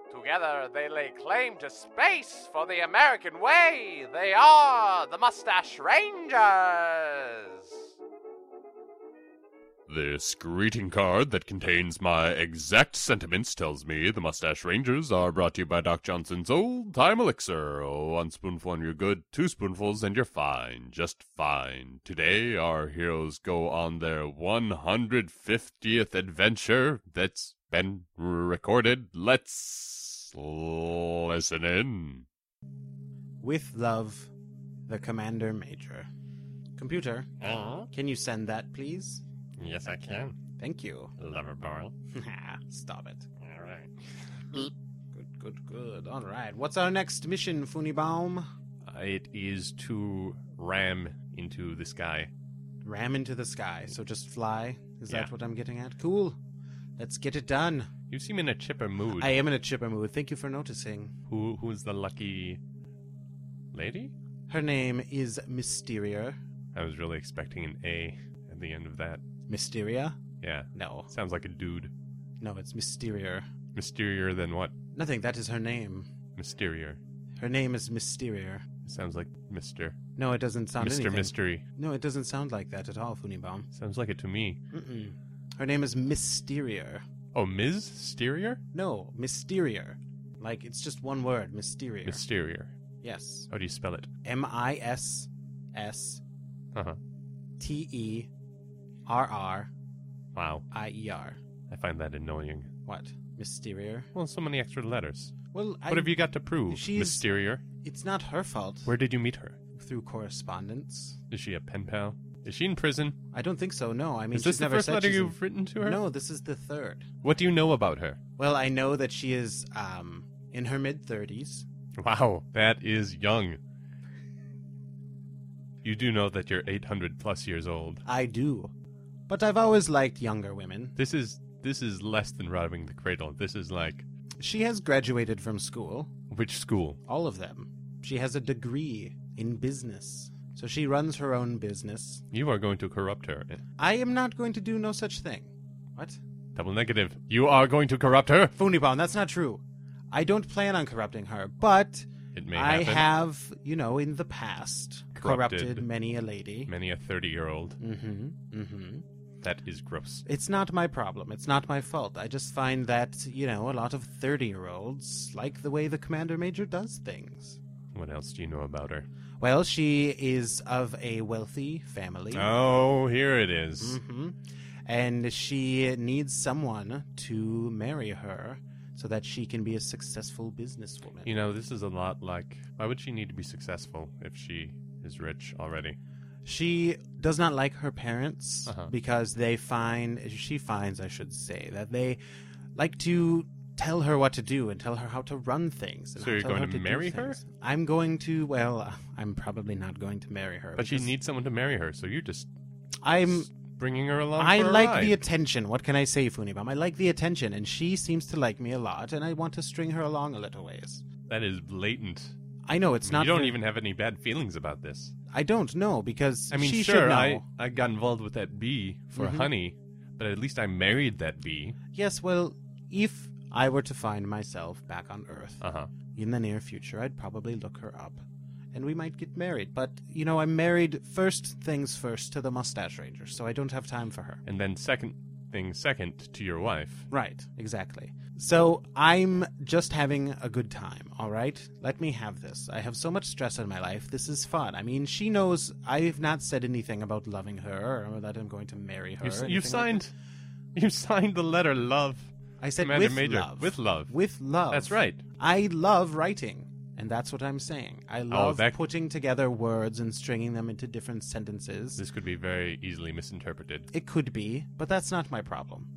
Together they lay claim to space for the American way. They are the Mustache Rangers. This greeting card that contains my exact sentiments tells me the Mustache Rangers are brought to you by Doc Johnson's Old Time Elixir. Oh, one spoonful and you're good, two spoonfuls and you're fine, just fine. Today our heroes go on their 150th adventure that's been recorded. Let's listen in. With love, the Commander Major. Computer, Oh, can you send that, please? yes, I can. Thank you. Lover boy. Stop it. All right. Good, good, good. All right. What's our next mission, Funibaum? Uh, It is to ram into the sky. Ram into the sky, so just fly. Is Yeah. that what I'm getting at? Cool. Let's get it done. You seem in a chipper mood. I am in a chipper mood. Thank you for noticing. Who who is the lucky lady? Her name is Mysteria. I was really expecting an A at the end of that. Mysteria? Yeah, No. sounds like a dude. No, it's Mysterier. Mysterier than what? Nothing, that is her name. Mysterier. Her name is Mysterier. Sounds like Mister No, it doesn't sound Mister anything. Mystery. No, it doesn't sound like that at all, Funibaum. Sounds like it to me. Mm-mm. Her name is Mysterier. Oh, Ms. Sterier? No, Mysterier. Like, it's just one word, Mysterier. Mysterier. yes. How do you spell it? M I S S Uh huh. T E R R Wow, I E R. I find that annoying. What? Mysterier? Well, so many extra letters. Well, I, What have you got to prove, she's- Mysterier? it's not her fault. Where did you meet her? Through correspondence. Is she a pen pal? Is she in prison? I don't think so, no. I mean, is this she's the never first said letter she's in- you've written to her? No, this is the third. What do you know about her? Well, I know that she is um, in her mid 30s. Wow, that is young. You do know that you're 800 plus years old. I do. But I've always liked younger women. This is this is less than robbing the cradle. This is like She has graduated from school, which school? all of them. She has a degree in business. So she runs her own business. You are going to corrupt her. Eh, I am not going to do no such thing. What? Double negative. You are going to corrupt her. Funibon, that's not true. I don't plan on corrupting her, but It may I happen. have, you know, in the past, corrupted, Corrupted. many a lady. Many a 30 year old. Mm-hmm. Mm-hmm. That is gross. It's not my problem. It's not my fault. I just find that, you know, a lot of 30 year olds like the way the Commander Major does things. What else do you know about her? Well, she is of a wealthy family. Oh, here it is. hmm And she needs someone to marry her so that she can be a successful businesswoman. You know, this is a lot like why would she need to be successful if she is rich already? She does not like her parents Uh-huh. because they find she finds, I should say, that they like to tell her what to do and tell her how to run things. And So you're tell going her to do marry her? things. I'm going to. Well, uh, I'm probably not going to marry her. But she because needs someone to marry her, so you're just I'm. bringing her along. Mm. I for a like ride. the attention. What can I say, Funibam? I like the attention, and she seems to like me a lot, and I want to string her along a little ways. that is blatant. I know it's not. you don't very- even have any bad feelings about this. I don't know because I mean, she should sure, know. I I got involved with that bee for Mhm. honey, but at least I married that bee. Yes, well, if I were to find myself back on Earth, Uh huh. In the near future, I'd probably look her up. And we might get married. But, you know, I'm married first things first to the Mustache Ranger, so I don't have time for her. And then second thing, second to your wife. Right, exactly. So I'm just having a good time, all right? Let me have this. I have so much stress in my life. This is fun. I mean, she knows I've not said anything about loving her or that I'm going to marry her. You, or s- you anything like signed, you signed the letter love. that. I said Commander with Major, love. with love. With love. That's right. I love writing, and that's what I'm saying. I love Oh, that- putting together words and stringing them into different sentences. This could be very easily misinterpreted. It could be, but that's not my problem.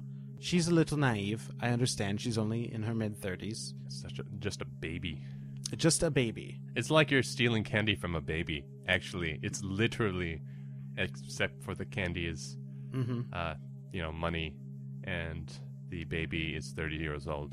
She's a little naive. I understand she's only in her mid 30s. Such a, just a baby. Just a baby. It's like you're stealing candy from a baby. Actually, it's literally, except for the candy is, hmm uh, you know, money, and the baby is 30 years old.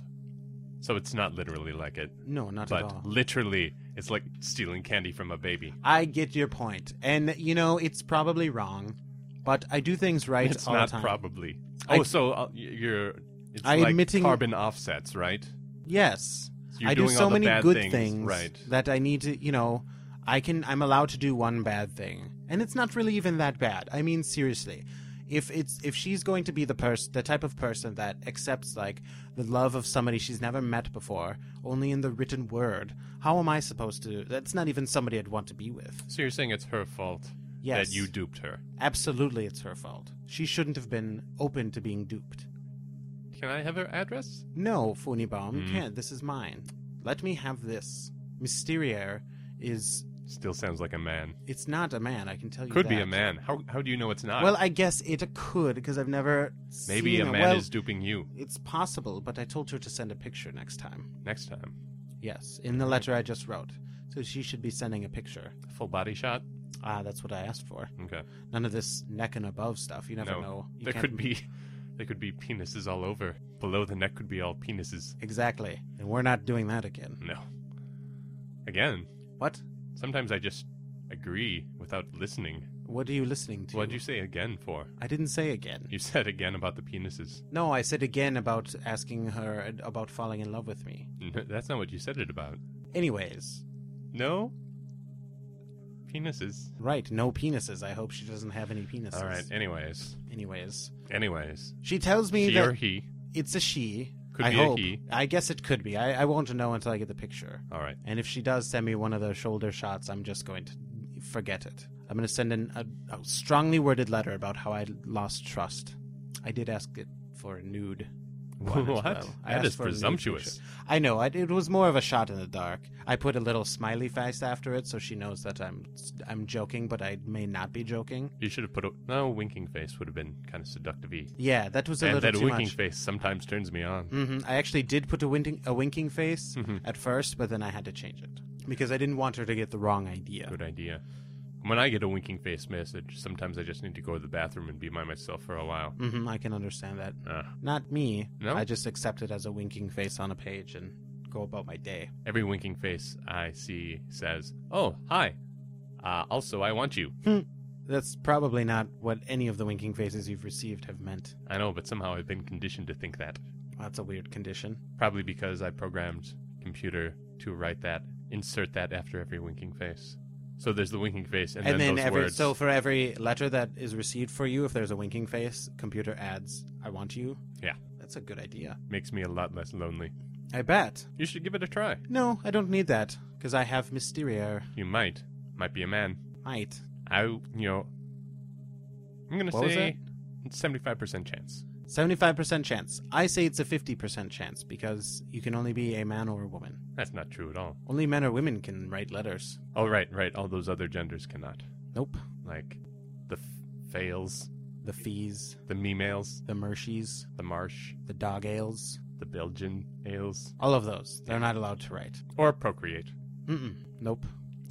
So it's not literally like it, No, not at all. but literally, it's like stealing candy from a baby. I get your point, and you know it's probably wrong, but I do things right It's all not the time. probably. I- Oh, so uh, y- you're. It's I like admitting- carbon offsets, right? yes, So you're I do doing so all the many bad good things, right? that I need to. You know, I can. I'm allowed to do one bad thing, and it's not really even that bad. I mean, seriously, if it's if she's going to be the person, the type of person that accepts like the love of somebody she's never met before, only in the written word, how am I supposed to? That's not even somebody I'd want to be with. So you're saying it's her fault Yes. that you duped her. Absolutely, it's her fault. She shouldn't have been open to being duped. Can I have her address? No, Funibaum, you Hmm. can't. This is mine. Let me have this. Mysteriaire is. Still sounds like a man. It's not a man, I can tell you. Could be a that. man. How how do you know it's not? Well, I guess it could, because I've never. maybe seen a man well, is duping you. It's possible, but I told her to send a picture next time. Next time, Yes, in the letter I just wrote. So she should be sending a picture. full body shot. Ah, that's what I asked for. Okay. None of this neck and above stuff. You never no, know. You there can't- could be, there could be penises all over. Below the neck could be all penises. Exactly. And we're not doing that again. No. Again, What? sometimes I just agree without listening. What are you listening to? What'd you say again for? I didn't say again. You said again about the penises. No, I said again about asking her ad- about falling in love with me. N- That's not what you said it about. Anyways, No. Penises. right, no penises. I hope she doesn't have any penises. All right. Anyways, Anyways, anyways, she tells me she that or he. it's a she. Could I be a hope. he. I guess it could be. I, I won't know until I get the picture. All right. And if she does send me one of those shoulder shots, I'm just going to forget it. I'm going to send in a, a strongly worded letter about how I lost trust. I did ask it for a nude. one as What? well. I That asked is for a nude presumptuous. picture. I know. I, it was more of a shot in the dark. I put a little smiley face after it, so she knows that I'm I'm joking, but I may not be joking. You should have put a no winking face would have been kind of seductive. Yeah, that was a And little that too winking much. face sometimes turns me on. hmm I actually did put a winking a winking face Mm-hmm. at first, but then I had to change it because I didn't want her to get the wrong idea. Good idea. When I get a winking face message, sometimes I just need to go to the bathroom and be by myself for a while. hmm I can understand that. Uh, Not me. No? I just accept it as a winking face on a page and go about my day. every winking face I see says, "Oh, hi." Uh, also, I want you. That's probably not what any of the winking faces you've received have meant. I know, but somehow I've been conditioned to think that. That's a weird condition. Probably because I programmed computer to write that, insert that after every winking face. So there's the winking face, and, And, then, those every words. so for every letter that is received for you, if there's a winking face, computer adds "I want you." Yeah. that's a good idea. makes me a lot less lonely. I bet. You should give it a try. No, I don't need that because I have Mysterio. You might, might be a man. Might. I, you know, I'm gonna What was say seventy-five percent chance. 75% chance. I say it's a 50% chance because you can only be a man or a woman. That's not true at all. Only men or women can write letters. Oh, right, right. All those other genders cannot. Nope. Like the f- fails, The fees, the me males, the Mershies, the marsh, the dog ales, the Belgian ales, all of those. They're not allowed to write. or procreate. Mm-mm. Nope.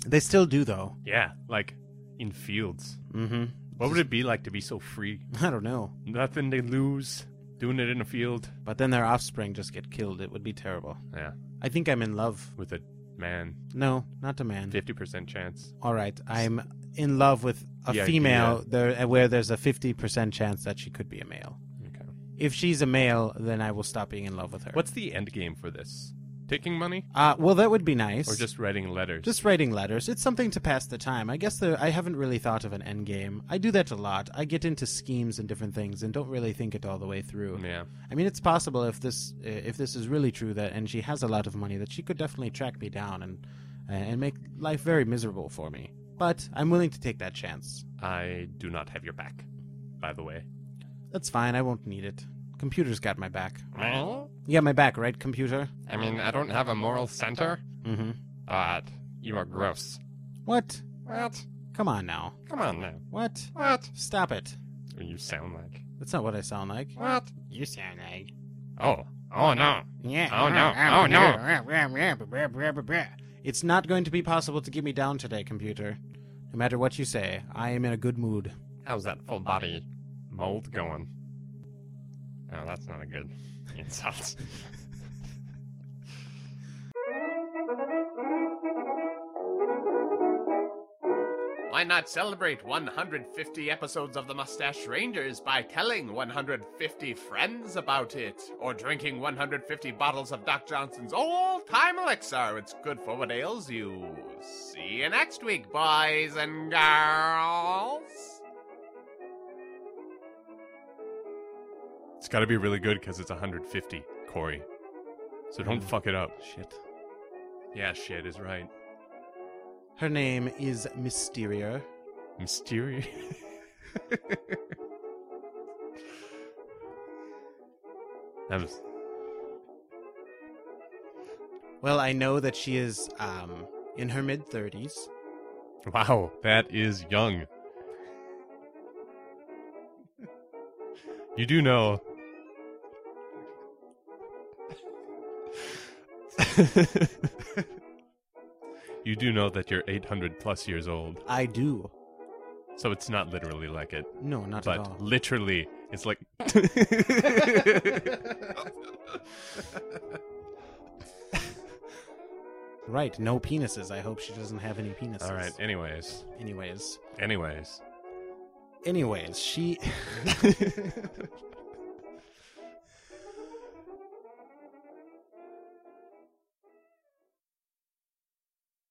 They still do, though. Yeah, like in fields. Mm-hmm. What would it be like to be so free? I don't know. Nothing to lose. Doing it in a field. But then their offspring just get killed. It would be terrible. Yeah, I think I'm in love. with a man, No, not a man. fifty percent chance. All right, I'm in love with a The female there, uh, where there's a 50% chance that she could be a male. Okay. If she's a male, then I will stop being in love with her. What's the end game for this? Taking money Uh, well, that would be nice. or just writing letters? just writing letters. It's something to pass the time. I guess there, I haven't really thought of an end game. I do that a lot. I get into schemes and different things and don't really think it all the way through. yeah. I mean, it's possible if this if this is really true that and she has a lot of money that she could definitely track me down and and make life very miserable for me. But I'm willing to take that chance. I do not have your back, by the way. That's fine. I won't need it. Computer's got my back. Well, You got my back, right, computer? I mean, I don't have a moral center, Mm-hmm. but you are gross. What? What? Come on now. Come on now. What? What? Stop it. You sound like. That's not what I sound like. What? You sound like. Oh. Oh no. Yeah. Oh, no. Oh, no. It's not going to be possible to get me down today, computer. No matter what you say, I am in a good mood. How's that full body mold going? Oh, that's not a good insult. Why not celebrate 150 episodes of The Mustache Rangers by telling 150 friends about it? Or drinking 150 bottles of Doc Johnson's old time elixir. It's good for what ails you. See you next week, boys and girls. It's got to be really good because it's 150, Corey. So Hmm. don't fuck it up. Shit. Yeah, shit is right. Her name is Mysteria. Mysterious. that was Well, I know that she is um, in her mid 30s. wow. That is young. You do know. you do know that you're 800 plus years old, I do. so it's not literally like it. No, not at but all. literally it's like Right, no penises. I hope she doesn't have any penises. all right anyways Anyways. anyways Anyways, she.